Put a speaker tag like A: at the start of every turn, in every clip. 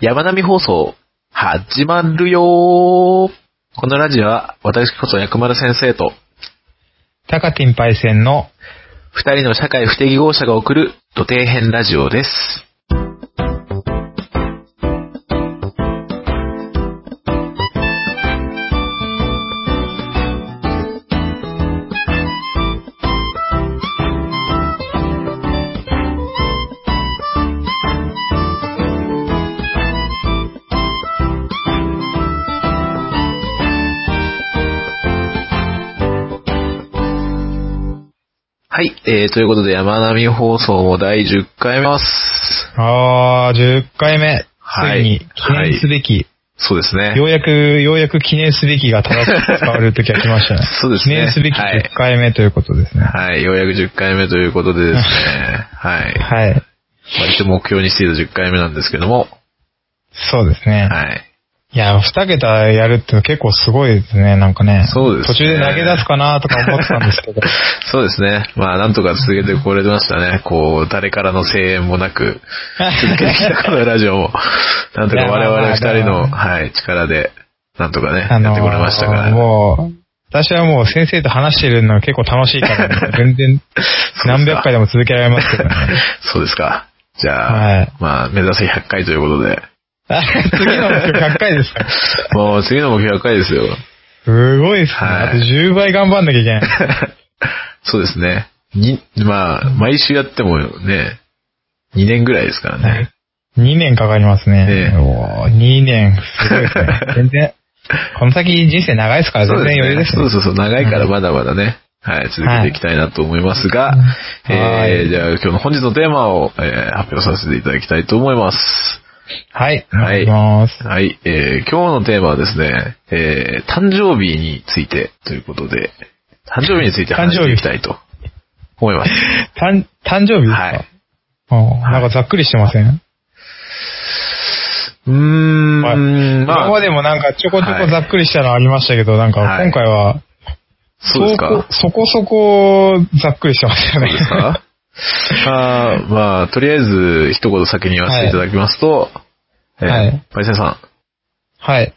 A: 山並放送、始まるよーこのラジオは、私こそ薬丸先生と、
B: 高ティンパイセンの、
A: 二人の社会不適合者が送る、土底編ラジオです。はい、えー、ということで山並放送も第10回目ます。
B: あー、10回目。
A: はい
B: ついに、記念すべき、
A: そうです
B: よ
A: ね。。
B: うやく、ようやく記念すべきが正しく使われる時が来ましたね
A: そうですね
B: 記念すべき
A: はい
B: 10回目ということですね。は
A: はい、ようやく10回目ということでですね、はい。
B: い。
A: まあ、一応目標にしていた10回目なんですけども、
B: そうですね。
A: はい。
B: い、や、2桁やるって結構すごいですね、なんかね。
A: そうですね
B: 途中で投げ出すかなとか思ってたんで すけど。
A: そうですね。まあ、なんとか続けてこれましたね。こう、誰からの声援 もなく、続けてきたこのラジオも、なんとか我々二人の、
B: いやまあまあま
A: はい、力で、なんとかね、
B: あ
A: や
B: の
A: ってこれましたから。、
B: もう、私はもう先生と話してるのが結構楽しいから、全然何百回でも続けられますけ どね。
A: そうですか。じ
B: は
A: ゃあ
B: い、
A: まあ、目指せ100回ということで。
B: あ次の目標100回ですか
A: もう、次の目標100回ですよ。
B: すごいですね。
A: はい
B: あと10倍頑張んなきゃいけない。
A: そうですね。に、まあ、毎週やってもね、2年ぐらいですからね。
B: 2年かかりますね。
A: ええ
B: お2年、すごいで すね。全然、この先人生長いですから、全
A: そうです
B: 然余裕
A: ね。
B: ですね。
A: そうそうそう。長いからまだまだね、はい、続けていきたいなと思いますが、
B: い
A: え
B: は
A: ー、
B: い
A: じゃあ今日の本日のテーマを、えー発表させていただきたいと思います。
B: はい。お
A: は
B: 願
A: い
B: いします。
A: はい、えー、今日のテーマはですね、えー、誕生日についてということで、 誕生日について話していきたいと思 います。
B: たん誕生日ですか、
A: はい。
B: おなんかざっくりしてません、
A: うーん、
B: はい
A: ま
B: 今
A: あ
B: ま、でもなんかちょこちょ
A: は
B: こ
A: い
B: ざっくりしたのありましたけど、なんか
A: はい
B: 今回は、
A: そうですか。
B: そこそこそこざっくりしてますよね。
A: です かあーまあ、とりあえず一言先に言わせていただきますと、えー
B: はい
A: パイセンさん、
B: はい。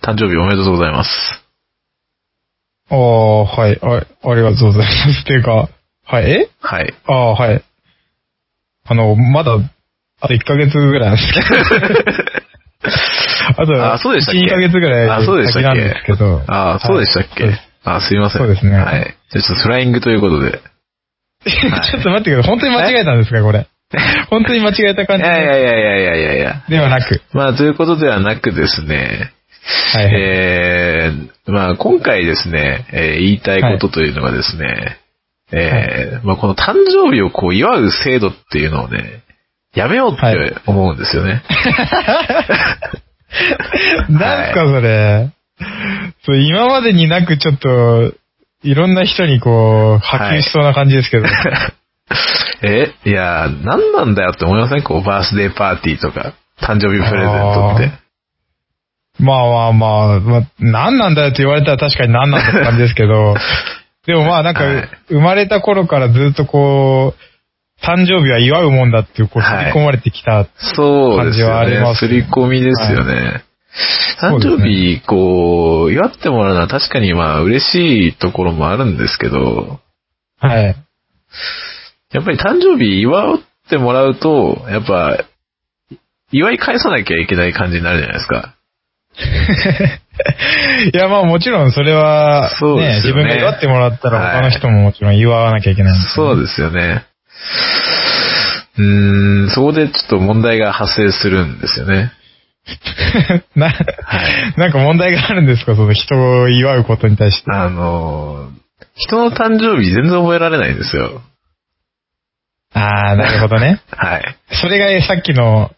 A: 誕生日おめでとうございます。
B: おー、はい。あありがとうございます。っていうか、はい。え
A: はい。
B: ああ、はい。あの、まだ、あと1ヶ月ぐらいなんです けど。あと、
A: あそうでしたっけ
B: 1、2ヶ月ぐら
A: あそうで
B: い
A: したっ
B: 先
A: け
B: なんですけど。
A: あーそうでしたっけ、
B: はい
A: あーすいません。
B: そうですね
A: はい。じゃあちょっとフライングということで。はい
B: ちょっと待ってください。本当に間違えたんですか、これ。本当に間違え た
A: い
B: 感じ
A: やいやいやいやいやいやいや。
B: ではなく。
A: まあ、ということではなくですね、
B: はいはい。
A: えー、まあ、今回ですね、えー言いたいことというのがですね、えー、まあ、この誕生日をこう祝う制度っていうのをね、やめようっ
B: は
A: て思うんですよね。
B: なんすか、それ。そう、今までになくちょっと、いろんな人にこう、波及しそうな感じですけど。
A: えいやー、何なんだよって思いませんこう、バースデーパーティーとか、誕生日プレゼントって。
B: まあまあまあ、まあ、何なんだよって言われたら確かに何なんだって感じですけ ど、でもまあなんか
A: はい、
B: 生まれた頃からずっとこう、誕生日は祝うもんだっていう、こう、
A: はい
B: 刷り込まれてきた。
A: そうです
B: 感じは
A: よ
B: ありま
A: ね。
B: す
A: 刷
B: ね
A: り込みですよね。誕生
B: そう
A: 日、こう、祝ってもらうのは確かにまあ嬉しいところもあるんですけど、
B: はい。
A: やっぱり誕生日祝ってもらうと、やっぱ、祝い返さなきゃいけない感じになるじゃないですか。
B: いやまあもちろんそれは、
A: そうで
B: ね、
A: す
B: 自
A: よね
B: 分が祝ってもらったら他
A: は
B: の
A: い
B: 人ももちろん祝わなきゃいけないんですよ
A: そうですよね。うーん、そこでちょっと問題が発生するんですよね。
B: な、なんか問題があるんですかその人を祝うことに対して。
A: あのー、人の誕生日全然覚えられないんですよ。
B: ああ、なるほどね。
A: はい。
B: それがさっきの、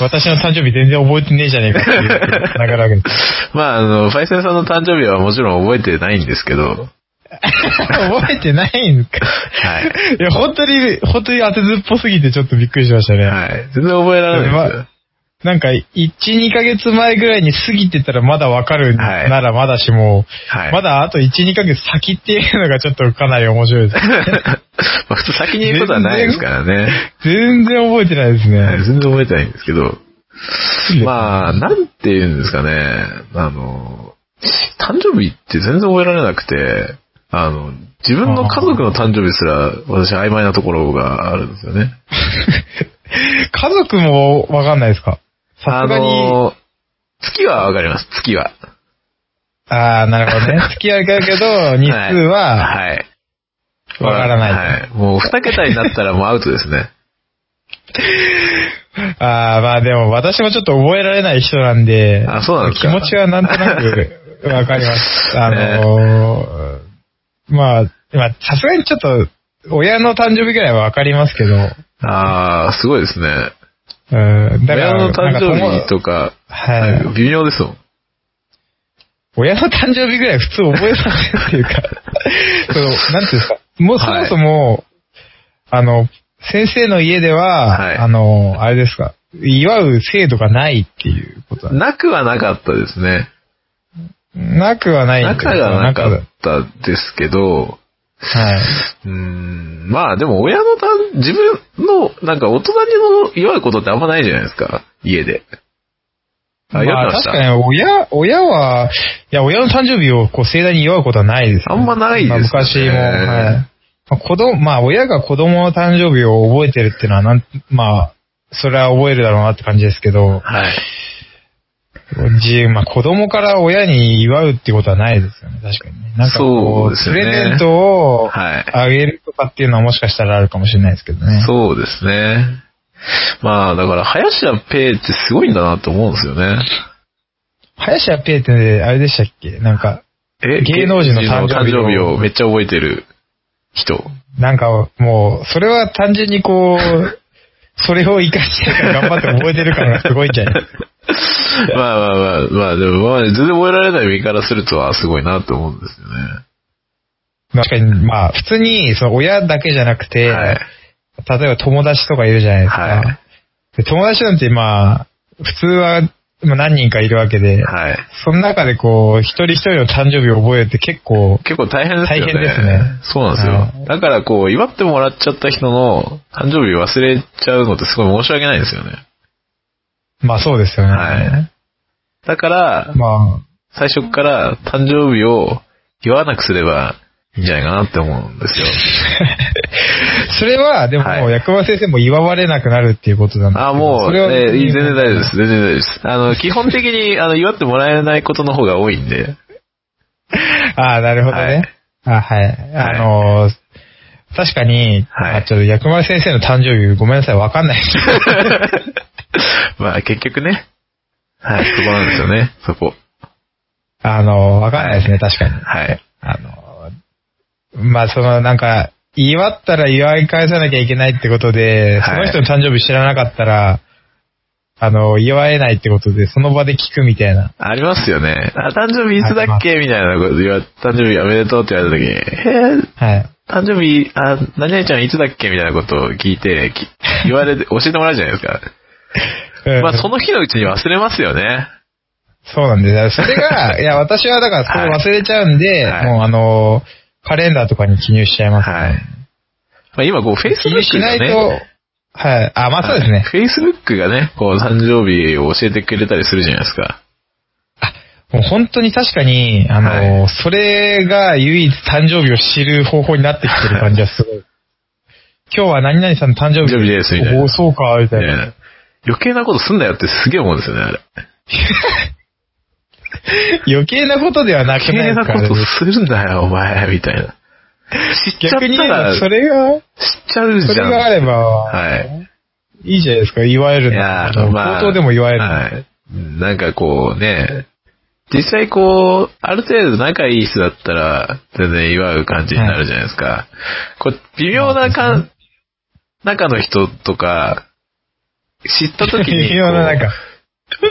B: 私の誕生日全然覚えてねえじゃねえかっていう、繋がるわけです。
A: まあ、あの、ファイセンさんの誕生日はもちろん覚えてないんですけど、
B: 覚えてないんか。
A: はい。
B: いや、本当に、本当に当てずっぽすぎてちょっとびっくりしましたね。
A: はい。全然覚えられないんですよ。
B: なんか、1、2ヶ月前ぐらいに過ぎてたらまだわかる
A: はい
B: ならまだしも、
A: はい。
B: まだあと1、2ヶ月先っていうのがちょっとかなり面白いです。
A: まあ普通先に言うことはないですからね。
B: 全然覚えてないです
A: はい
B: ね。
A: 全然覚えてないんですけど。まあ、なんて言うんですかね。あの、誕生日って全然覚えられなくて、あの、自分の家族の誕生日すら、私曖昧なところがあるんですよね。
B: 家族もわかんないですかさ
A: あ
B: すがに。
A: の、月はわかります、月は。
B: ああ、なるほどね。付き合いがあるけど、日数は
A: はい。
B: わからない。
A: はい。もう二桁になったらもうアウトですね。
B: ああ、まあでも私もちょっと覚えられない人なんで、
A: あそうなんです
B: 気
A: か
B: 持ちはなんと なくわかります。あのーまあ、まあさすがにちょっと、親の誕生日ぐらいはわかりますけど、
A: ああ、すごいですね。
B: うん、だから、
A: 親の誕生
B: なん
A: 日
B: か友
A: とか、
B: はい。
A: 微妙ですもん。
B: 親の誕生日ぐらい普通覚えさせるってい うか、その、なんていうんですか、もうそ
A: はい
B: もそも、あの、先生の家では、
A: はい
B: あの、あれですか、祝う制度がないっていうことなんで
A: なくはなかったですね。
B: すなくはないん
A: な
B: だ
A: く
B: けど
A: はなか
B: な
A: っ
B: く
A: たですけど、
B: は
A: うーん、まあでも親の誕、自分の、なんか大人にの祝うことってあんまないじゃないですか。家で。あ、
B: い。
A: 祝っ
B: ま
A: て
B: あ
A: まし
B: 確
A: た。
B: かに親、親は、いや、親の誕生日をこう盛大に祝うことはないです、
A: あんまないですね
B: まあ昔も、はい。まあ子供、まあ親が子供の誕生日を覚えてるっていうのはなん、まあ、それは覚えるだろうなって感じですけど、
A: はい。
B: じ、まあ、子供から親に祝うってことはないですよね、確かにね。なんかこ
A: そう
B: う、
A: です
B: プ
A: よね
B: レゼントを
A: はい。
B: あげるとかっていうのはもしかしたらあるかもしれないですけどね。
A: そうですね。まあだから、林家ペーってすごいんだなと思うんですよね。
B: 林家ペーってね、あれでしたっけなんか、
A: え
B: 芸能人の
A: 芸能
B: 誕生日を
A: 人の誕生日をめっちゃ覚えてる人。
B: なんかもう、それは単純に こう、それを活かして頑張って覚えてる感がすごいんじ ゃない
A: まあまあまあ、まあでも、まあ、全然覚えられない身からすると、あすごいなと思うんですよ
B: 確かに、まあ、普通に、その親だけじゃなくて、
A: ね。はい。
B: 例えば友達とかいるじゃないですか。
A: はい
B: で友達なんてまあ、普通はまあ何人かいるわけで、
A: はい。
B: その中でこう、一人一人の誕生日を覚えるって結構、
A: 結構大変ですよね。
B: 大変ですね
A: そうなんですよ。だからこう、祝ってもらっちゃった人の誕生日忘れちゃうのってすごい申し訳ないですよね。
B: まあそうですよね。
A: はだから、
B: ま
A: 最初から誕生日を祝わなくすればいいんじゃないかなって思うん ですよ。
B: あ、それは、でも、
A: はい
B: 薬丸先生も祝われなくなるっていうことなんですけど
A: あ、も、
B: そうれは、
A: えー全然大丈夫です。全然大丈夫です。あの、基本的に、あの、祝ってもらえないことの方が多いん で。
B: ああ、なるほどね。あはい。あのー確かに、
A: はい
B: まあちょっと薬丸先生の誕生日ごめんなさい、わかんないです。
A: まあ、結局ね。はい、そこなんですよね。そこ。
B: あのーわかんないですね、確かに。
A: はい。
B: あの、まあ、その、なんか、祝ったら祝い返さなきゃいけないってことで、
A: はい
B: その人の誕生日知らなかったら、あの、祝えないってことで、その場で聞くみたいな。
A: ありますよね。あ、誕生日いつだっけみたいなこと言われ誕生日おめでとうって言われた時に、えー、
B: はい。
A: 誕生日、あ、何々ちゃんいつだっけみたいなことを聞いて、き言われて、教えてもらうじゃないですか。
B: うん
A: まあ、その日のうちに忘れますよね。
B: そうなんですよ。そ れが、いや、私はだから、それ忘れちゃうんで、
A: はい
B: もうあの、カレンダーとかに記入しちゃいます。
A: はい。まあ、今、こう、
B: 記入
A: Facebook
B: しな
A: が
B: いと、
A: ね、
B: はい。あ、まあそうですね。
A: Facebook がね、こう、誕生日を教えてくれたりするじゃないですか。
B: もう本当に確かに、あの、それが唯一誕生日を知る方法になってきてる感じはす ごい。今日は何々さんの誕生日
A: 誕生日ですみたいな
B: おそうか、みたいな。
A: ね余計なことすんなよってすげえ思うんですよね、あれ。
B: 余計なことではなく
A: 余
B: な
A: 計
B: いです
A: な
B: か
A: こ
B: らね
A: とするんだよ、お前、みたいな。知っちゃった
B: 逆に言えば
A: ら、知
B: そ
A: っ
B: れが、
A: ちゃう
B: そ
A: じ
B: れ
A: ゃん。
B: があれば、
A: はい。
B: い、いじゃないですか、祝える
A: い
B: の。
A: や
B: あの
A: ーまあ。
B: 口頭でも祝えるの。
A: はい。なんかこうね、実際こう、ある程度仲いい人だったら、全然祝う感じになるじゃないですか。こう、微妙なかん、中の人とか、知った時にこう、
B: 微妙な、なんか、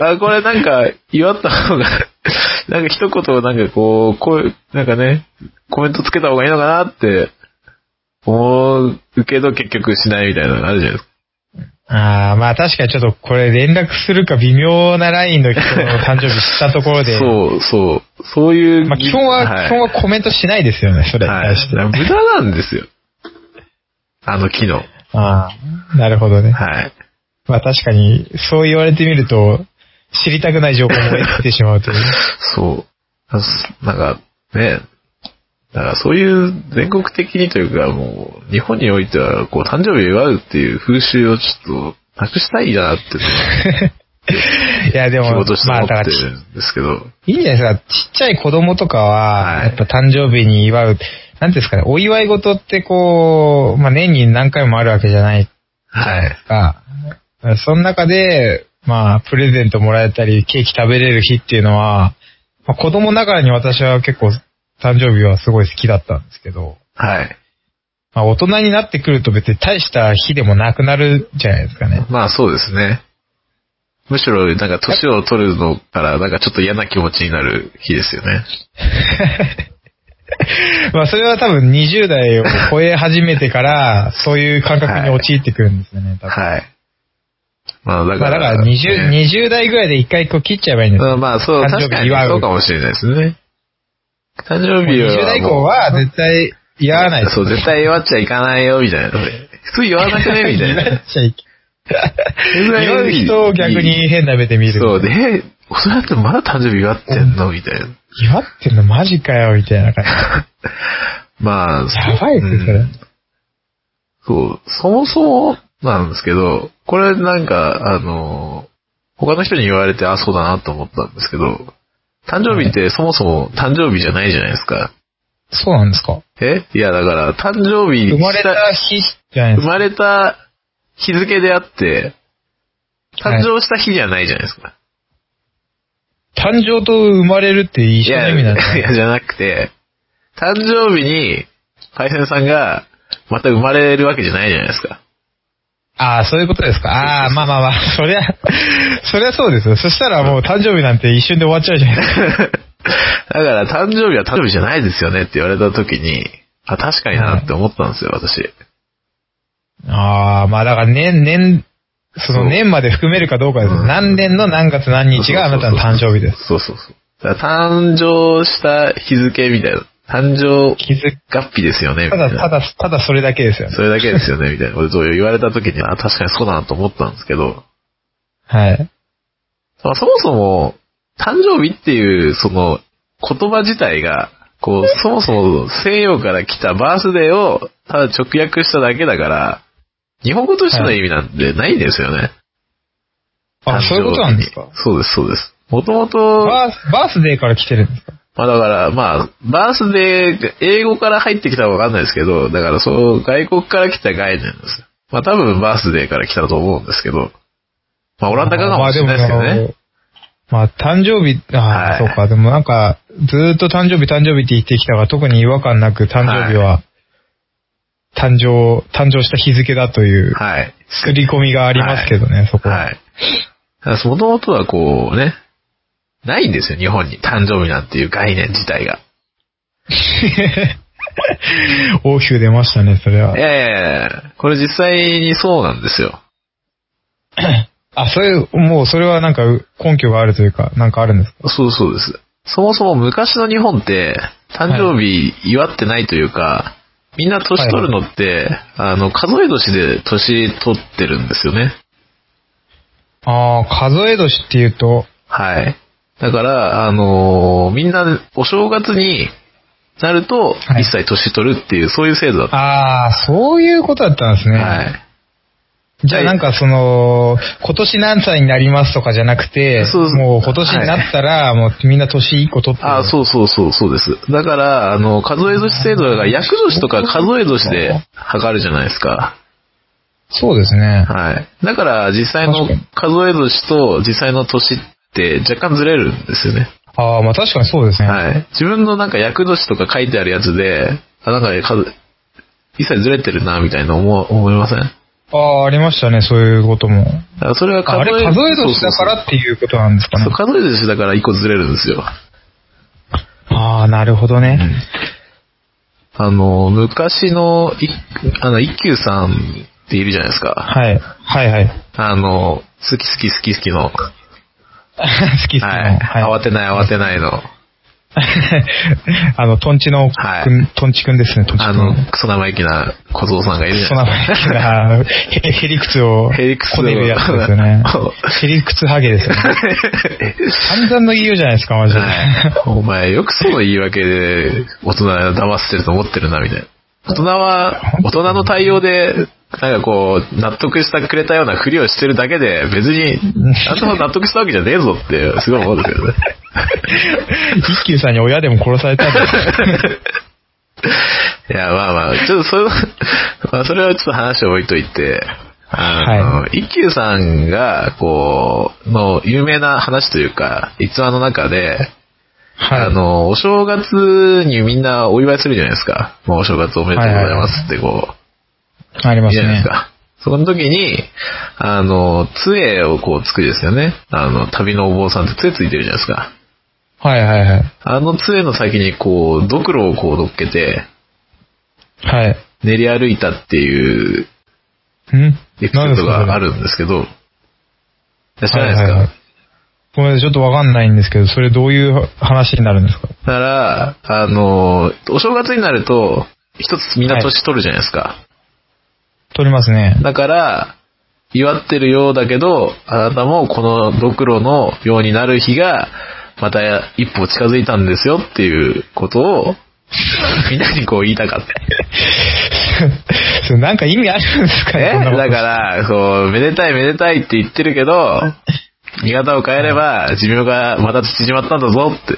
A: あ、これなんか、祝った方が、 なんか一言なんかこう、こういう、なんかね、コメントつけた方がいいのかなって、思うけど結局しないみたいなのあるじゃないですか。
B: ああ、まあ確かにちょっとこれ連絡するか微妙なラインの人の誕生日知ったところで、
A: そう、そう。そういう。
B: まあ基本は、
A: い
B: 基本はコメントしないですよね、それに
A: はい
B: 対して。。
A: 無駄なんですよ。あの機能。
B: ああ、なるほどね。
A: はい。
B: まあ確かに、そう言われてみると、知りたくない情報も得てしま うという。
A: そう。あすなんか、ね、だからそういう全国的にというか、もう、日本においては、こう、誕生日を祝うっていう風習をちょっと、なくしたいなって、
B: いや、で
A: 仕
B: も
A: 事し、て
B: まあ、
A: 思
B: だから
A: っ
B: ち
A: て、るんですけど、
B: いいんじゃないですか。ちっちゃい子供とか
A: は
B: は、
A: い
B: やっぱ誕生日に祝う、なんていうんですかね、お祝い事ってこう、まあ年に何回もあるわけじゃない
A: はい。
B: か。その中で、まあ、プレゼントもらえたり、ケーキ食べれる日っていうのは、まあ、子供ながらに私は結構、誕生日はすごい好きだったんですけど、
A: はい。
B: まあ、大人になってくると別に大した日でもなくなるじゃないです かね。
A: まあそうですね。むしろ、なんか年を取るのから、なんかちょっと嫌な気持ちになる日ですよね。
B: まあ、それは多分20代を超え始めてから、そういう感覚に陥ってくるんですよね、多分。
A: はい。まあだ
B: ま
A: か
B: あ、だ
A: ら。
B: から20、
A: ね
B: 20代ぐらいで一回こう切っちゃえばいいんですよ。
A: うんまあそう、
B: 誕生
A: 確
B: 日
A: かに
B: 祝う
A: そうかもしれないですね。誕生日はもう。
B: 20代以降は絶対言わないです
A: そう、絶対弱っちゃいかないよ、みたいな。普通言わなくねみたい
B: 言
A: な
B: っ。ちゃいけない。 言う人を逆に変な目で見る。
A: そう、で、えそれだってまだ誕生日祝ってんのみたいな。
B: 祝ってんのマジかよ、みたいな感じ。
A: まあ、
B: やばい
A: う
B: っす
A: ん
B: それ。
A: そう、そもそもなんですけど、これなんか、あの、他の人に言われて、あ、そうだなと思ったんですけど、誕生日ってそもそも誕生日じゃないじゃないですか。
B: そうなんですか
A: えいや、だから、誕生日
B: 生まれ
A: した
B: 日じゃない
A: 生
B: ですか。
A: まれた日付であって、誕生した日じゃないじゃないですか。
B: 誕生と生まれるって一緒の
A: や、
B: 意味なんです
A: いや、じゃなくて、誕生日に、パイセンさんが、また生まれるわけじゃないじゃないですか。
B: ああ、そういうことですか。ああ、まあまあまあ、そりゃ、そりゃそうですよ。そしたらもう誕生日なんて一瞬で終わっちゃうじゃないですか。
A: だから、誕生日は誕生日じゃないですよねって言われた時に、あ、確かになって思ったんですよ、私。
B: ああ、まあだから年、年、そ
A: そう
B: の年まで含めるかどうかです
A: う
B: よ。
A: ん
B: 何年の何月何日があなたの誕生日です。。
A: そうそうそう。だから誕生した日付みたいな、誕生
B: 気づ
A: 月日ですよね、み
B: た
A: たい
B: だ、た
A: な。
B: だ、ただそれだけですよね。
A: それだけですよね、みたいな ことを言われた時に、あ、確かにそうだなと思ったんですけど、
B: はい。
A: まあ、そもそも、誕生日っていう、その、言葉自体が、こう、そもそも西洋から来たバースデーを、ただ直訳しただけだから、日本語としての意味なんてないんですよね。誕
B: あ、
A: 生日
B: そういうことなんですか
A: そうです、そうです。もともと、
B: バース、バースデーから来てるんですか
A: まあだから、まあ、バースデーが、英語から入ってきたのはわかんないですけど、だからそう、外国から来た概念です。まあ多分バースデーから来たと思うんですけど、まあオランダからかもしれないですけどね。
B: まあ、誕生日、あ
A: は
B: あ、
A: い
B: そうか。でもなんか、ずーっと誕生日、誕生日って言ってきたが、特に違和感なく誕生日は、誕生、誕生した日付だという、
A: はい。
B: 作り込みがありますけどね、そこは。
A: はい。もともとはこうね、ないんですよ、日本に。誕生日なんていう概念自体が。。
B: 大きく出ましたね、それはい
A: やいやいやこれ実際にそうなんですよ。
B: あ、そういう、もうそれはなんかう根拠があるというか、なんかあるんですか
A: そうそうです。そもそも昔の日本って、誕生日祝ってないというか、みんな年取るのって、あの、数え年で年取ってるんですよね。
B: ああ、数え年っていうと、
A: はい。だから、あのーみんなお正月になると、
B: はい
A: 一切年取るっていう、そういう制度だった。
B: ああ、そういうことだったんですね。
A: はい。
B: じゃあなんかその、今年何歳になりますとかじゃなくて、
A: そう
B: もう今年になったら、もうみんな年1個取ってる。
A: あそうそうそう、そうです。だから、あの、数え年制度が、厄年とか数え年で測るじゃないですか。
B: そうですね。
A: はい。だから、実際の
B: 確かに
A: 数え年と実際の年って若干ずれるんですよね。
B: ああ、まあ確かにそうですね。
A: はい。自分のなんか厄年とか書いてあるやつで、あ、なんか数、一切ずれてるな、みたいな思う思いませんだ
B: ああ、ありましたね、そういうことも。
A: からそれは数え
B: あれ、数え年だからっていうことなんですか
A: そう
B: ね
A: そう。そう数え年だから一個ずれるんですよ。
B: ああ、なるほどね。
A: あの、昔の、いあの、一休さんっているじゃないですか。
B: はい。はいはい。
A: あの、好き好き好き好きの、
B: 好き好きの。
A: はい。
B: はい
A: 慌てない慌てないの。
B: あの、トンチのくん、
A: は
B: トンチくんですね、トンチく
A: あ
B: ん。
A: の、クソ生意気な小僧さんがいるじゃ
B: そ
A: な
B: の
A: いですか。
B: 前から、へへりくつを、
A: ヘリクス
B: こねるやつです よね
A: そう。
B: へりくつハゲで すよね。散々の言いようじゃないですか、マジで。
A: はいお前、よくその言い訳で、大人を騙してると思ってるな、みたいな。大人は、大人の対応で、なんかこう、納得してくれたようなふりをしてるだけで、別に、あんたも納得したわけじゃねえぞって、すごい思うんですよね。
B: 一休さんに親でも殺されたんだ。
A: いや、まあまあ、ちょっとそれ、 まあそれはちょっと話を置いといて、あの、一休さんが、こう、の有名な話というか、逸話の中で、
B: はい。
A: あの、お正月にみんなお祝いするじゃないですか。もうお正月おめでとうございますってこう、
B: ありま
A: いい
B: す
A: じゃないで
B: ね
A: す。か。その時に、あの、杖をこうつくですよね。あの、旅のお坊さんって杖ついてるじゃないですか。
B: はいはいはい。
A: あの杖の先にこう、ドクロをこうどっけて、
B: はい。
A: 練り歩いたっていう
B: うん
A: エピソードがあ
B: る
A: るんですけど、知
B: じ
A: らないですか、
B: ごめんなさい、ちょっとわかんないんですけど、それどういう話になるんですか
A: だから、あの、お正月になると、一つみんな年取るじゃないですか。
B: 撮ります ね。
A: だから、祝ってるようだけど、あなたもこのドクロのようになる日が、また一歩近づいたんですよっていうことを、みんなにこう言いたかっ た。
B: そうなんか意味あるんですか
A: え
B: ね
A: だから、こう、めでたいめでたいって言ってるけど、見方を変えれば、寿命がまた縮まったんだぞって、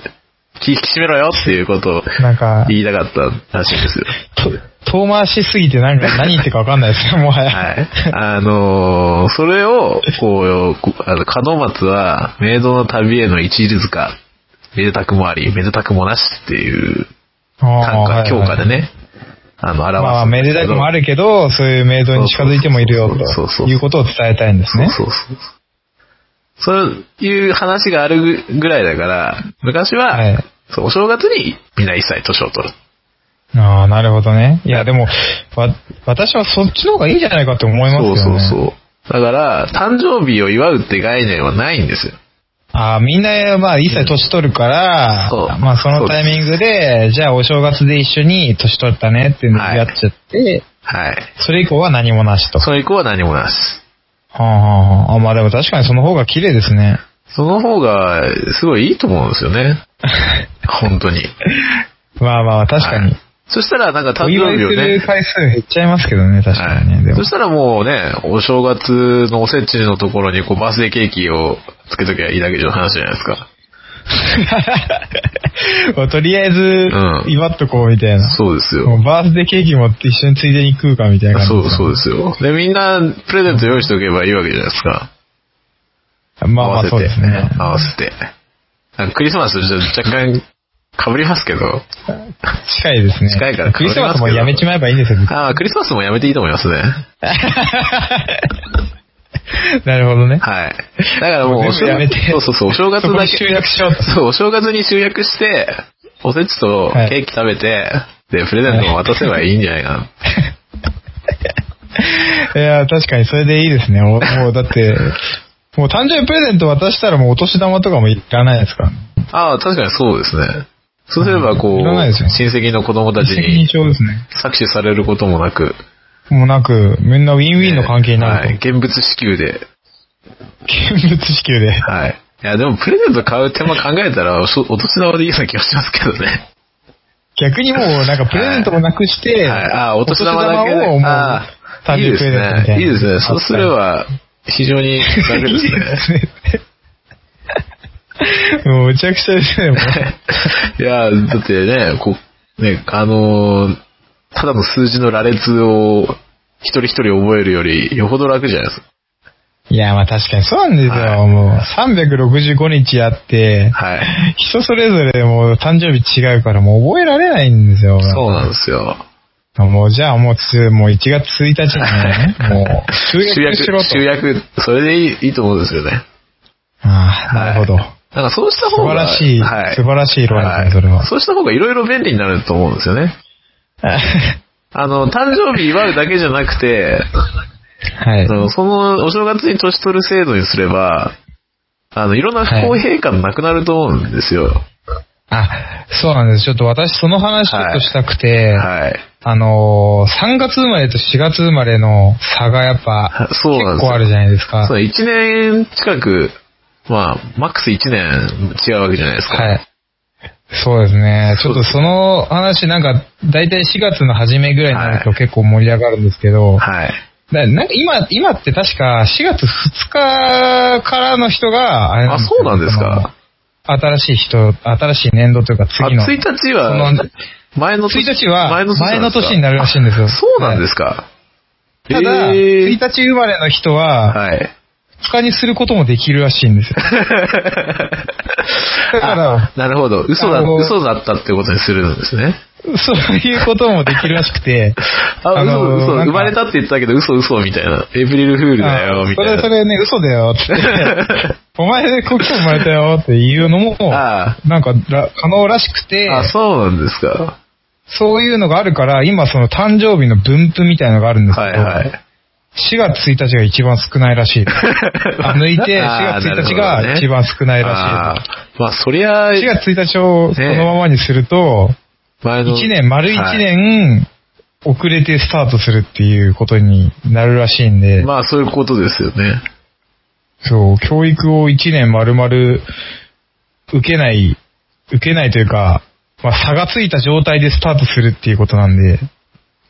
A: 気引き締めろよっていうことを
B: なんか、
A: 言いたかったらしいんですよ。
B: と遠回しすぎてなんか何言ってるかわかんないですね、もはや。
A: はい。あのーそれを、こう、こあの、門松は、メイドの旅への一里塚、めでたくもあり、めでたくもなしっていう、
B: あ
A: 短
B: ーはいは
A: 歌、
B: い
A: 強化でね、あの、表す。
B: まあ、めでたくもあ
A: る
B: るけど、そういうメイドに近づいてもいるよ、
A: そうそうそうそ
B: と
A: う
B: いうことを伝えたいんですね。
A: そうそうそう。そういう話があるぐらいだから、昔は、
B: はい
A: そうお正月にみんな一切年を取る。
B: ああ、なるほどね。いや、でも、わ、私はそっちの方がいいんじゃないかって思います
A: そ
B: よ
A: う
B: ね。
A: そうそう。だから、誕生日を祝うって概念はないんですよ。
B: ああ、みんな、まあ、一切年取るから、
A: そう
B: まあ、そのタイミングで、じゃあ、お正月で一緒に年取ったねっていうのを
A: はい
B: やっちゃって、
A: はい。
B: それ以降は何もなしと。は
A: それ以降は何もなし。
B: あ、はあはあ、あ、まあ、でも確かにその方が綺麗ですね。
A: その方が、すごいいいと思うんですよ ね。本当に。
B: まあまあ、確かに。
A: はいそしたら、なんか
B: お
A: 誕
B: 祝
A: 生
B: いす
A: 日をね。
B: る回数減っちゃいますけどね、確かにね。
A: は
B: で
A: い、
B: も
A: そしたらもうね、お正月のおせちのところにこうバースデーケーキをつけときゃいいだけの話じゃないですか。
B: まあとりあえず、
A: ん
B: 祝っとこうみたいな。
A: そうですよ。
B: もうバースデーケーキも一緒についでに食うかみたいな感じ。
A: そうそうですよ。で、みんなプレゼント用意しておけばいいわけじゃないですか。
B: まあまあ
A: 合わせて
B: そうですね。
A: 合わせて。なんかクリスマスと若干被りますけど。
B: 近いですね。
A: 近いから
B: クリスマスもやめちまえばいいん ですよ。
A: ああ、クリスマスもやめていいと思いますね。
B: なるほどね。
A: はい。だからもう、
B: もう全部やめて
A: そうそうそう、お正月
B: そこ
A: だ
B: に
A: け
B: 集。約しようと。
A: そう、お正月に集約して、おせちと
B: はい
A: ケーキ食べて、で、プレゼントも渡せばいいんじゃないかな。
B: いや、確かにそれでいいですね。おもうだって、もう誕生日プレゼント渡したらもうお年玉とかもいらないですから。
A: ああ、確かにそうですね。そうすれば、こう、
B: いらないですよ
A: 親戚の子供たち
B: 責任
A: に
B: 症ですね。
A: 搾取されることもなく、
B: もうなく、みんなウィンウィンの関係にな
A: はい、
B: ると。
A: 現物支給で、
B: 見物支給で。
A: はい。いや、でもプレゼント買う手間考えたら、おしお年玉でいいような気がしますけどね。
B: 逆にもうなんかプレゼントもなくして、
A: はい。ああ、お年玉だけで
B: お年玉をもう、
A: ああ、
B: 誕
A: いいです
B: 生日プレゼントみたいな。
A: ね。いいですね。そうすれば、非常に楽ですね。
B: もうむちゃくちゃですね、もう。
A: いや、だってね、こう、ね、あのーただの数字の羅列を一人一人覚えるより、よほど楽じゃないですか。
B: いや、まあ確かにそうなんですよ。
A: はい
B: もう、365日あって、
A: はい。
B: 人それぞれもう誕生日違うからもう覚えられないんですよ。
A: そうなんですよ。
B: もうじゃあもうつ、もう1月1日にね、もう、集約しろと。
A: 集約、それでいいいいと思うんですよね。
B: ああ、なるほど。
A: なんかそうした方が。
B: 素晴らしい素晴らしい論ですねそれは
A: そうした方がいろいろ便利になると思うんですよね。あの、誕生日祝うだけじゃなくて、
B: はい。
A: あのその、お正月に年取る制度にすれば、あの、いろんな不公平感なくなると思うんですよ。
B: あ、そうなんです。ちょっと私その話ちょっとしたくて、
A: はい。
B: あのー、3月生まれと4月生まれの差がやっぱ、
A: そうなんですよ
B: 結構あるじゃないですか。
A: そう、1年近く、まあ、マックス1年違うわけじゃないですか。
B: はい。そうですね。ち
A: そ
B: ょ
A: う
B: っとその話なんか、だいたい4月の初めぐらいになると
A: はい
B: 結構盛り上がるんですけど、
A: はい。
B: だなんか今、今って確か4月2日からの人が、あれ
A: あ、
B: です
A: そ
B: よ
A: うなんですか。
B: その新しい人、新しい年度というか
A: あ、
B: 次の。
A: 1日
B: そ
A: は
B: の、
A: 前の
B: 1日は前の年になるらしいん
A: で
B: ですよ。。
A: すかあそうなんですすか。
B: ただ、
A: え
B: 1
A: ー
B: 日生まれの人は、
A: はい。
B: 2日にすることもできるらしいん ですよ。だから
A: あ、 なるほど。嘘
B: あ
A: だ、
B: の
A: 嘘だったってことにするんですね。。
B: そういうこともできるらしくて
A: あ、嘘、嘘、
B: なん
A: 生
B: か
A: まれたって言ったけど、嘘、嘘、みたいな。エイプリルフールだよ、みたいな。
B: あそれ、それね、嘘だよ、つって。お前で今日生まれたよっていうのも、
A: あ
B: なんから、可能らしくて、
A: あ、そうなんですか。
B: そういうのがあるから、今その誕生日の分布みたいのがあるんですけど、
A: はいはい。
B: 4月1日が一番少ない らしい。あ抜いて、4月1日が一番少ないらしい。
A: しい。まあ、そりゃ、
B: 4月1日をそのままにすると、
A: 前の
B: 1年、丸1
A: はい
B: 年、遅れてスタートするっていうことになるらしいんで、
A: まあ、そういうことですよね。
B: そう、教育を1年丸々受けない、受けないというか、まあ、差がついた状態でスタートするっていうことなんで、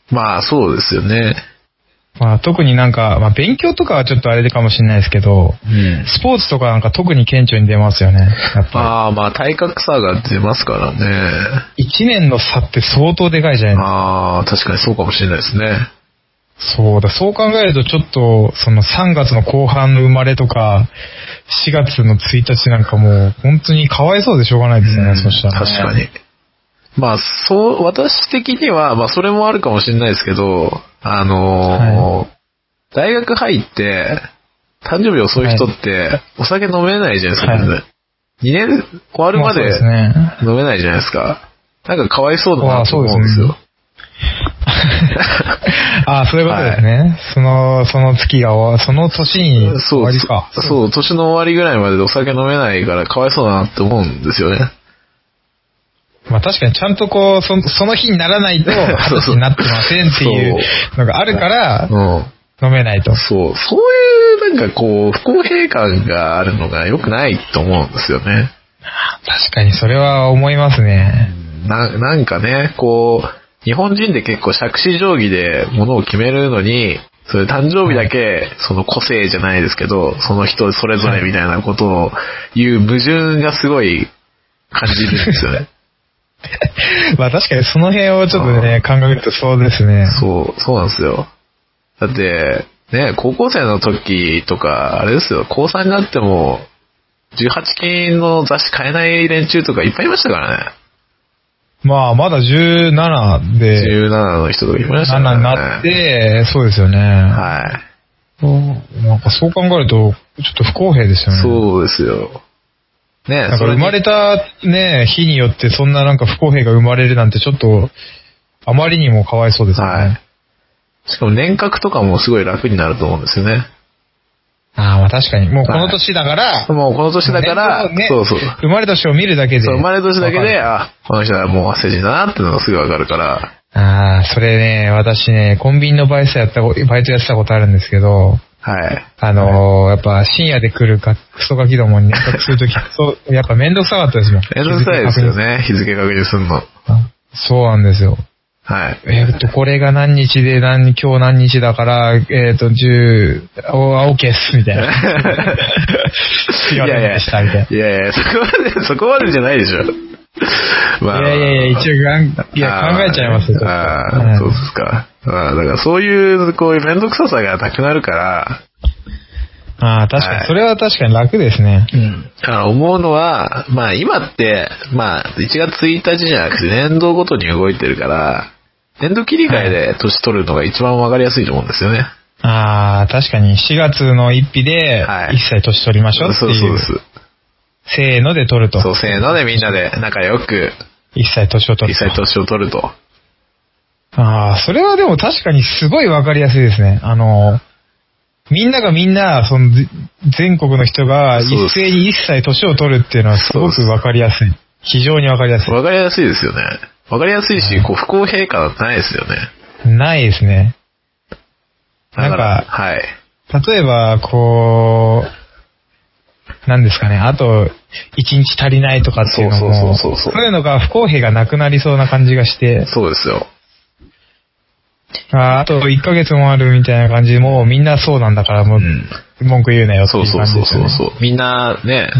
A: まあ、そうですよね。
B: まあ、特になんか、まあ、勉強とかはちょっとあれかもしれないですけど、
A: うん。
B: スポーツとかなんか特に顕著に出ますよね。やっぱ
A: まあまあ、体格差が出ますからね。
B: り。1年の差って相当でかいじゃないですか。
A: ああ、確かにそうかもしれないですね。
B: そうだ、そう考えるとちょっと、その3月の後半の生まれとか、4月の1日なんかもう、本当にかわいそうでしょうがないです
A: う
B: ね、
A: ん
B: そしたら、
A: 確か。に。まあ、そう、私的には、まあ、それもあるかもしれないですけど、あのー大学入って、誕生日遅い人って、お酒飲めないじゃないですか、
B: はい
A: 全然。2年終わる
B: まあ
A: ま
B: そう
A: で
B: ですね。
A: 飲めないじゃないですか。なんかかわいそうだ
B: あ
A: な
B: あ
A: と思うんですよ。
B: ああ、そういうことですね。その、その月が終わ、その年に終
A: そう
B: わりか。
A: そそう、年の終わりぐらいまででお酒飲めないからかわいそうだなって思うんですよね。
B: まあ確かにちゃんとこう、そその日にならないと、
A: そう
B: 二十歳になってませんっていうのがあるから、
A: うん。
B: 飲めないと。
A: そう、そういうなんかこう、不公平感があるのが良くないと思うんですよね。
B: 確かにそれは思いますね。
A: ななんかね、こう、日本人で結構杓子定規で物を決めるのに、それ誕生日だけ、その個性じゃないですけど、その人それぞれみたいなことを言う矛盾がすごい感じるんですよね。
B: まあ確かにその辺をちょっとね、考えるとそうですね。
A: そう、そうなんですよ。だって、ね、高校生の時とか、あれですよ、高3になっても、18金の雑誌買えない連中とかいっぱいいましたからね。
B: まあまだ17で、
A: 17の人とかいましたか
B: 7
A: らね。
B: になって、そうですよね。
A: はい。
B: なんかそう考えると、ちょっと不公平ですよね。
A: そうですよ。ね
B: なんか生まれ
A: た。
B: たね、日によってそんななんか不公平が生まれるなんてちょっと、あまりにもかわいそうですよね。
A: はいしかも年格とかもすごい楽になると思うんですよね。
B: ああ、まあ確かに。もうこの年だから、
A: もうこの年だから、
B: ね
A: そうそう。
B: 生まれ年を見るだけで。
A: そう生まれ年だけ
B: わか
A: で、
B: る。
A: あ、この人はもう成人だなってのがすぐわかるから。
B: ああ、それね、私ね、コンビニのバイトやったこ、バイトやってたことあるんですけど、
A: はい。
B: あのーやっぱ深夜で来るか、クソガキどもに連絡すると き、そう、やっぱめんどくさかったですもん。
A: めんどくさいですよね、日付確認すんの。
B: そうなんですよ。
A: はい。
B: えーっと、これが何日で何、今日何日だから、えーっと、10、おあ、OK っす、みたい な。
A: い
B: 言われました、みたい
A: いやいや、そこまで、 そこまでじゃないでしょ。ま
B: な。いやいやいや、一応がん、いや、
A: あー
B: 考えちゃいますよ。ちょっと
A: ああ、そう
B: う
A: で
B: ん
A: すか。ああ、だからそういう、こういうめんどくささがなくなるから、
B: あー確か
A: はい
B: に、それは確かに楽ですね。
A: だから思うのは、まあ今って、まあ1月1日じゃなくて年度ごとに動いてるから、年度切り替えで年取るのが一番わかりやすいと思うんですよね。
B: ああ、確かに、4月の一日で
A: は、い
B: 一切年取りましょうって
A: そうそう
B: い
A: で
B: う。
A: す。
B: せーので取ると。
A: そう、せーのでみんなで仲良く、
B: 一切年を取
A: 実
B: る
A: 際
B: と。
A: 年を取ると。
B: ああ、それはでも確かにすごいわかりやすいですね。あの、みんながみんな、その、ぜ全国の人が
A: そうで
B: 一
A: す
B: 斉に一切年を取るっていうのはすごくわかりやすい。非常にわかりやす
A: わかりやすいですよね。わかりやすいし、こう、不公平感なんてないですよね。
B: い。ないですね。
A: だか
B: なん
A: ら、
B: か
A: はい。
B: 例えば、こう、なんですかね、あと、一日足りないとかっていうのも、
A: そうそうそうそうそう
B: いうのが不公平がなくなりそうな感じがして、
A: そうですよ。
B: ああと1ヶ月もあるみたいな感じで、もうみんなそうなんだから、もう、
A: うん
B: 文句言うなよって
A: そ
B: いうう
A: そう
B: 感じ
A: そう
B: です
A: そ
B: よね。
A: うそう。みんなね、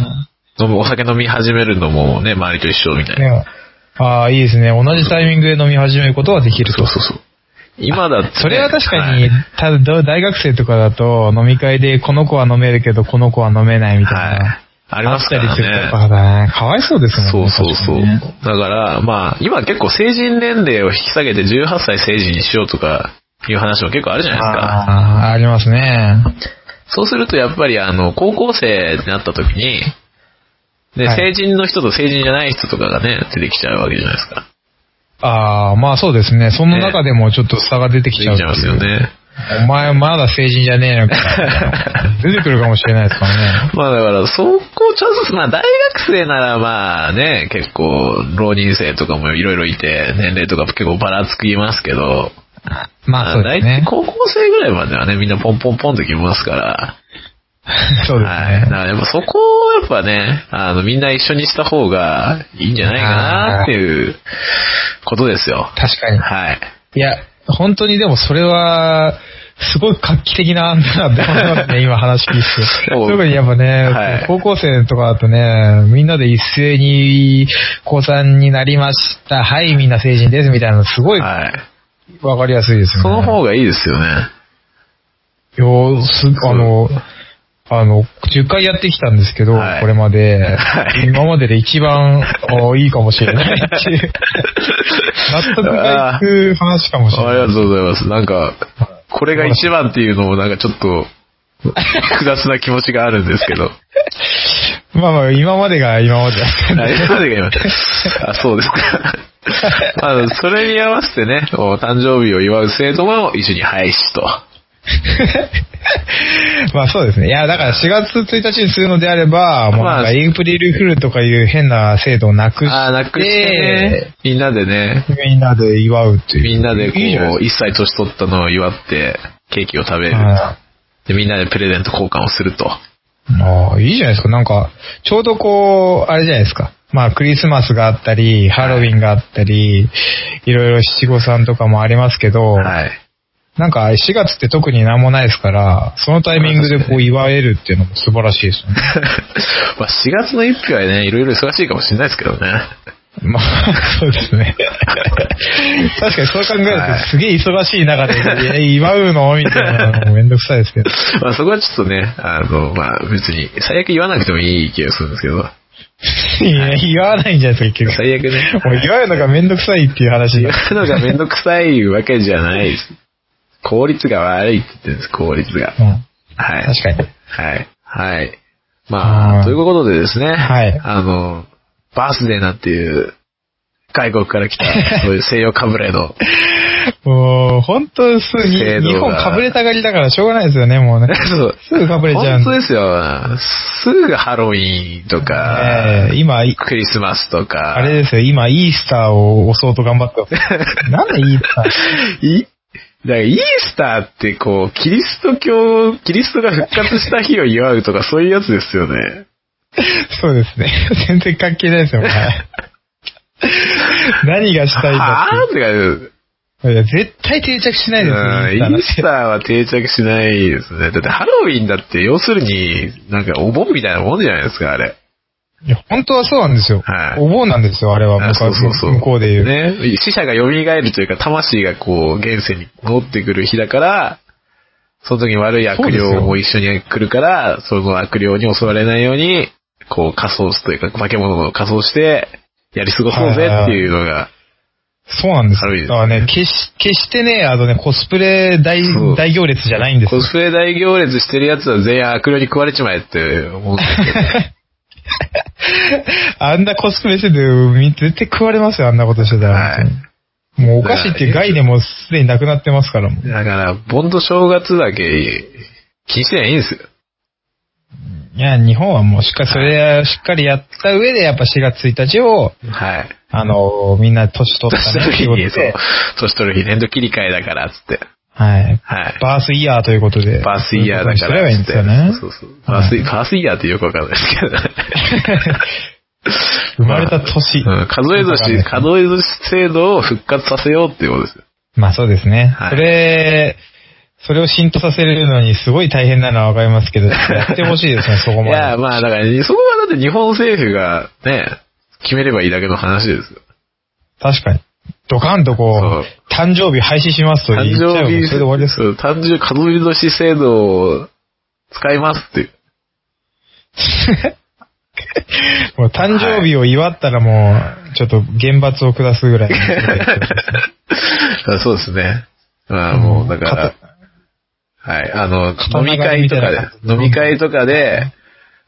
A: 飲むお酒飲み始めるのもね、周りと一緒みたいな。
B: ねああ、いいですね。同じタイミングで飲み始めることはできる
A: そ
B: と
A: う。そうそう。今だってね、
B: それは確か
A: は
B: に
A: い、
B: ただ大学生とかだと、飲み会でこの子は飲めるけど、この子は飲めないみたい
A: はい
B: な。。
A: ありますか
B: あったりすると
A: らね。
B: かだね。かわいそうです
A: そ
B: もん
A: う
B: ね。
A: そうそう。
B: 確かにね
A: だから、まあ、今結構成人年齢を引き下げて18歳成人にしようとかいう話も結構あるじゃないですか。
B: ああ、ありますね。
A: そうするとやっぱりあの、高校生になった時に、で、
B: はい
A: 成人の人と成人じゃない人とかがね、出てきちゃうわけじゃないですか。
B: ああ、まあそうですね。その中でもちょっと差が出て
A: 出
B: き
A: て
B: ちゃう
A: き
B: っ
A: ち
B: て
A: ゃ
B: い
A: いうますよね。
B: お前まだ成人じゃね えのか。出てくるかもしれないですからね。
A: まあだから、そこちょっと、まあ大学生ならまあね、結構、浪人生とかもいろいろいて、年齢とか結構ばらつきますけど、
B: まあそうです
A: 大体
B: ね。
A: 高校生ぐらいまではね、みんなポンポンポンときますから、
B: そうです
A: はい。だか
B: ね。
A: らやっぱそこをやっぱね、あの、みんな一緒にした方がいいんじゃないかなっていうことですよ。
B: 確かに。
A: はい。
B: いや、本当にでもそれは、すごい画期的な案だなって思いま すね、今話聞いて。
A: そう
B: 特にやっぱね、
A: はい
B: 高校生とかだとね、みんなで一斉に、高3になりました、はい、みんな成人です、みたいなのすごいわ
A: はい。
B: かりやすいですよね。
A: その方がいいですよね。
B: いやすあの、あの、10回やってきたんですけど、
A: はい
B: これまで、
A: はい
B: 今までで一番あいいかもしれないっ ていう、納得がいく話かもしれ
A: あ
B: ない。
A: りがとうございます。なんか、これが一番っていうのもなんかちょっと、複雑な気持ちがあるんですけど。
B: まあまあ、今までが今までだったん で
A: あ、今までが今。あ、そうですか。 あの、それに合わせてね、お誕生日を祝う生徒も一緒に廃止と。
B: まあそうですね。いや、だから4月1日にするのであれば、もう
A: まあ
B: なんかエイプリルフールとかいう変な制度をなくして、
A: あー、なくしてね、みんなでね、
B: みんなで祝うっていう。
A: みんなでこ、
B: いいじゃないう
A: 一歳年取ったのを祝って、ケーキを食べ
B: で
A: る
B: す。か。
A: で、みんなでプレゼント交換をすると。
B: ああ、いいじゃないですか。なんか、ちょうどこう、あれじゃないですか。まあ、クリスマスがあったり、ハロウィンがあったり、いろいろ七五三とかもありますけど、
A: はい。
B: なんか4月って特になんもないですから、そのタイミングでこう祝えるっていうのも素晴らしいですよね。
A: まあ、4月の一日はね、いろいろ忙しいかもしれないですけどね。
B: まあ、そうです ね。確かにそう考える
A: はい
B: と、すげえ忙しい中で、え祝うのみたいなのもめんどくさいです けど。
A: まあ、そこはちょっとね、あの、まあ、別に、最悪言わなくてもいい気がするんですけど、
B: いや、祝わないんじゃないですか、結局。
A: 最悪ね。
B: もう祝うのがめんどくさいっていう話に
A: 言うのがめんどくさいわけじゃないです。効率が悪いって言ってるんです、効率が。
B: うん
A: はい。
B: 確かに。
A: はい。はい。ま
B: う
A: あ、
B: ん
A: ということでですね。
B: はい
A: あの、バースデーなんていう、外国から来 た、そういう西洋かぶれの。
B: もう、本当そう、に
A: 制度が
B: 日本かぶれたがりだからしょうがないですよね、もうね。
A: そう。
B: すぐかぶれちゃうん
A: 本
B: で
A: 当。ですよ。すぐハロウィーンとか、
B: ええ今、い
A: クリスマスとか。
B: あれですよ、今、イースターを押そうと頑張って ます。なんでイースター
A: いだからイースターってこう、キリスト教、キリストが復活した日を祝うとかそういうやつですよね。
B: そうですね。全然関係ないですよ、お 前何がしたいんだ
A: は
B: っていう
A: ぁって感じ
B: いや絶対定着しないです
A: うん
B: よ、
A: イースターは定着しないですね。だってハロウィンだって、要するに、なんかお盆みたいなもんじゃないですか、あれ。
B: いや本当はそうなんですよ。
A: はい
B: お盆なんですよ、あれは。
A: あそうそうそう。
B: 向こうで言う。
A: ね。死者が蘇るというか、魂がこう、現世に戻ってくる日だから、その時に悪い悪霊も一緒に来るから、その悪霊に襲われないように、こう、仮装すというか、化け物を仮装して、やり過ごそうぜっていうのが、
B: そうなんです
A: ハロウィン
B: よ。
A: で
B: だ
A: す
B: からね、決し、決してね、あのね、コスプレ大
A: そう、
B: 大行列じゃないんですよ
A: コスプレ大行列してる奴は全員悪霊に食われちまえって思うんですけど。
B: あんなコスプレしてて、み絶対食われますよ、あんなことしてたら。
A: はい
B: もうお菓子っていう概念もすでになくなってますからもう。
A: だから、盆と正月だけ禁止でいいんですよ。
B: いや、日本はもうしっかり、それはしっかりやった上で、やっぱ4月1日を、
A: はい。
B: あの、みんな年取った
A: 年
B: ね、
A: 取る日に、
B: と
A: そ
B: いううことで。。
A: 年取る日、年度切り替えだから、つって。
B: はい。
A: はい。
B: バースイヤーということで。
A: バースイヤーだか
B: そういうことにすれば
A: ら
B: いいん
A: っ
B: で
A: つ
B: す
A: って。そ
B: よね。
A: うそう。バース
B: は
A: イ、バースイヤーってよくわかんないですけどね。
B: 生まれた年。
A: うん、数え 年、数え年制度を復活させようっていうことですよ。
B: まあそうですね。
A: はい
B: それ、それを浸透させるのにすごい大変なのはわかりますけど、やってほしいで すね、そこ
A: い
B: まで。
A: や、まあだから、そこはだって日本政府がね、決めればいいだけの話ですよ。
B: 確かに。ドカンとこう、誕生日廃止しますと言っ
A: 誕
B: ち
A: 生
B: ゃう
A: 日、
B: それで終わりです。
A: そう誕生日、数え年制度を使いますっていう。
B: もう誕生日を祝ったらもう、ちょっと厳罰を下すぐらいの勢いで。
A: あそうですね。まあもう、だから、はい、あの、飲み会とかで、飲み会とかで、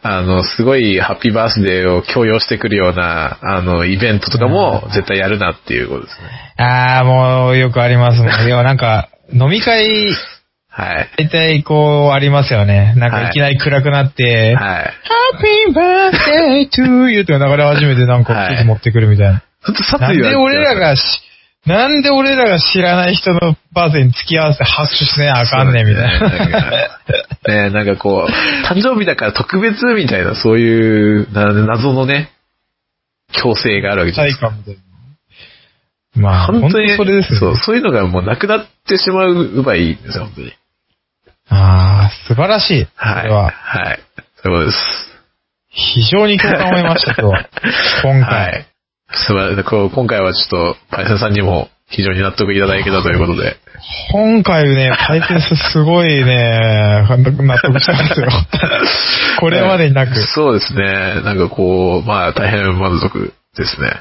A: あの、すごいハッピーバースデーを強要してくるような、あの、イベントとかも絶対やるなっていうことですね。
B: ああ、もうよくありますもん。要はなんか、飲み会、
A: はい。
B: 大体こうありますよね。なん
A: は
B: か
A: い
B: いきなり暗くなって、
A: はい。
B: Happy birthday to you って流れ始めてなんか
A: はい
B: ケーキ持ってくるみたいな。
A: ちょっと殺
B: なん
A: 意は
B: で俺らがし、なんで俺らが知らない人のバースデーに付き合わせて拍手しねあかんねんみたいな。
A: そう ですねなんかねなんかこう、誕生日だから特別みたいな、そういう、な謎のね、強制があるわけじゃないで
B: 体
A: すか。
B: 感みたいな。まあ、本当にそれです
A: そ
B: よ
A: う
B: ね。、
A: そういうのがもうなくなってしまうばいいんですよ、本当に。
B: ああ、素晴らしい。
A: は
B: そ
A: い。
B: れは、
A: はい。そういうことです。
B: 非常に共感を得ました、今 日は。今
A: は
B: 回。
A: い。すばらこう今回はちょっと、パイセンさんにも非常に納得いただけたということで。
B: 今回ね、回転数すごいね、納得してます よ。これまでになく。
A: そうですね。なんかこう、まあ大変満足ですね。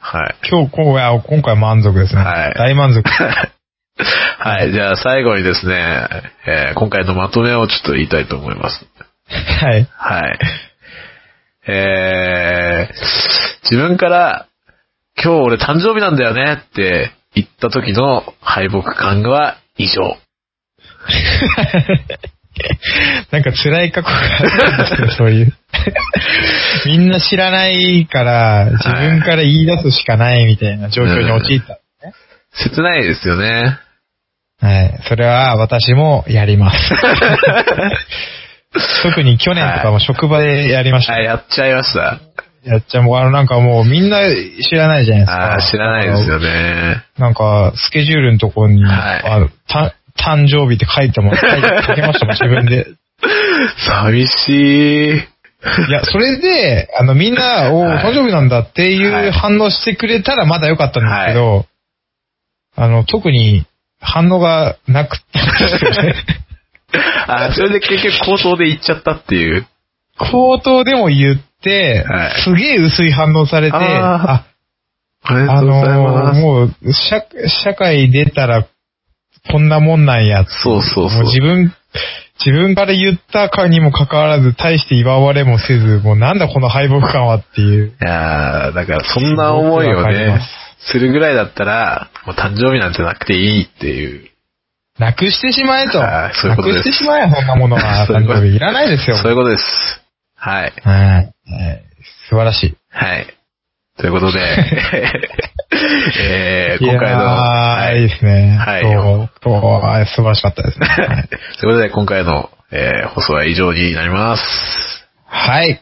A: はい。
B: 今日、今回、今回満足ですね。
A: はい
B: 大満足。
A: はい。じゃあ最後にですね、えー今回のまとめをちょっと言いたいと思います。
B: はい。
A: はい。えー、自分から、今日俺誕生日なんだよねって言った時の敗北感は以上。
B: なんか辛い過去があるんです よ、そういう。みんな知らないから、自分から言い出すしかないみたいな状況に陥った。
A: 切ないですよね。
B: はい。それは私もやりま す。特に去年とかも職場でやりました。
A: はい、やっちゃいました。
B: やっちゃもう、あのなんかもうみんな知らないじゃないですか。
A: あー知らないですよね。
B: なんか、スケジュールのところに、
A: はい
B: あのた誕生日って書 いても、書いて書けましたもん、自分で。
A: 寂しい。
B: いや、それで、あの、みんな、おー
A: はい
B: 誕生日なんだって
A: はいいう
B: 反応してくれたらまだ良かったんですけど、あの、特に反応がなくったんですよね。
A: あーそれで結局口頭で言っちゃったっていう。
B: 口頭でも言って、
A: はい
B: すげえ薄い反応されて、
A: あー
B: あ、
A: ありが
B: あ
A: とうござい
B: のー
A: ます。
B: もう社、社会出たら、こんなもんなんやって
A: そうそうそ
B: もう自
A: う。
B: 分、自分から言ったかにもかかわらず、大して祝われもせず、もうなんだこの敗北感はっていう。
A: いやーだからそんな思い
B: すごくわ
A: を
B: かりま
A: ね
B: す、
A: するぐらいだったら、もう誕生日なんてなくていいっていう。
B: なくしてしまえと。
A: はいそういう
B: な
A: こと
B: く
A: です
B: してしまえ、そんなもの は。
A: そうい
B: 誕
A: うこと
B: 生日いらないですよ。
A: そういうことです。はい。
B: はいはい。素晴らしい。
A: はい。ということで、えー、今回の、
B: は
A: はい
B: やー、いい
A: い。
B: ですね。
A: はい
B: そうそうあ素晴らしかっ たですね。
A: ということで、今回の、えー、放送は以上になります。
B: はい。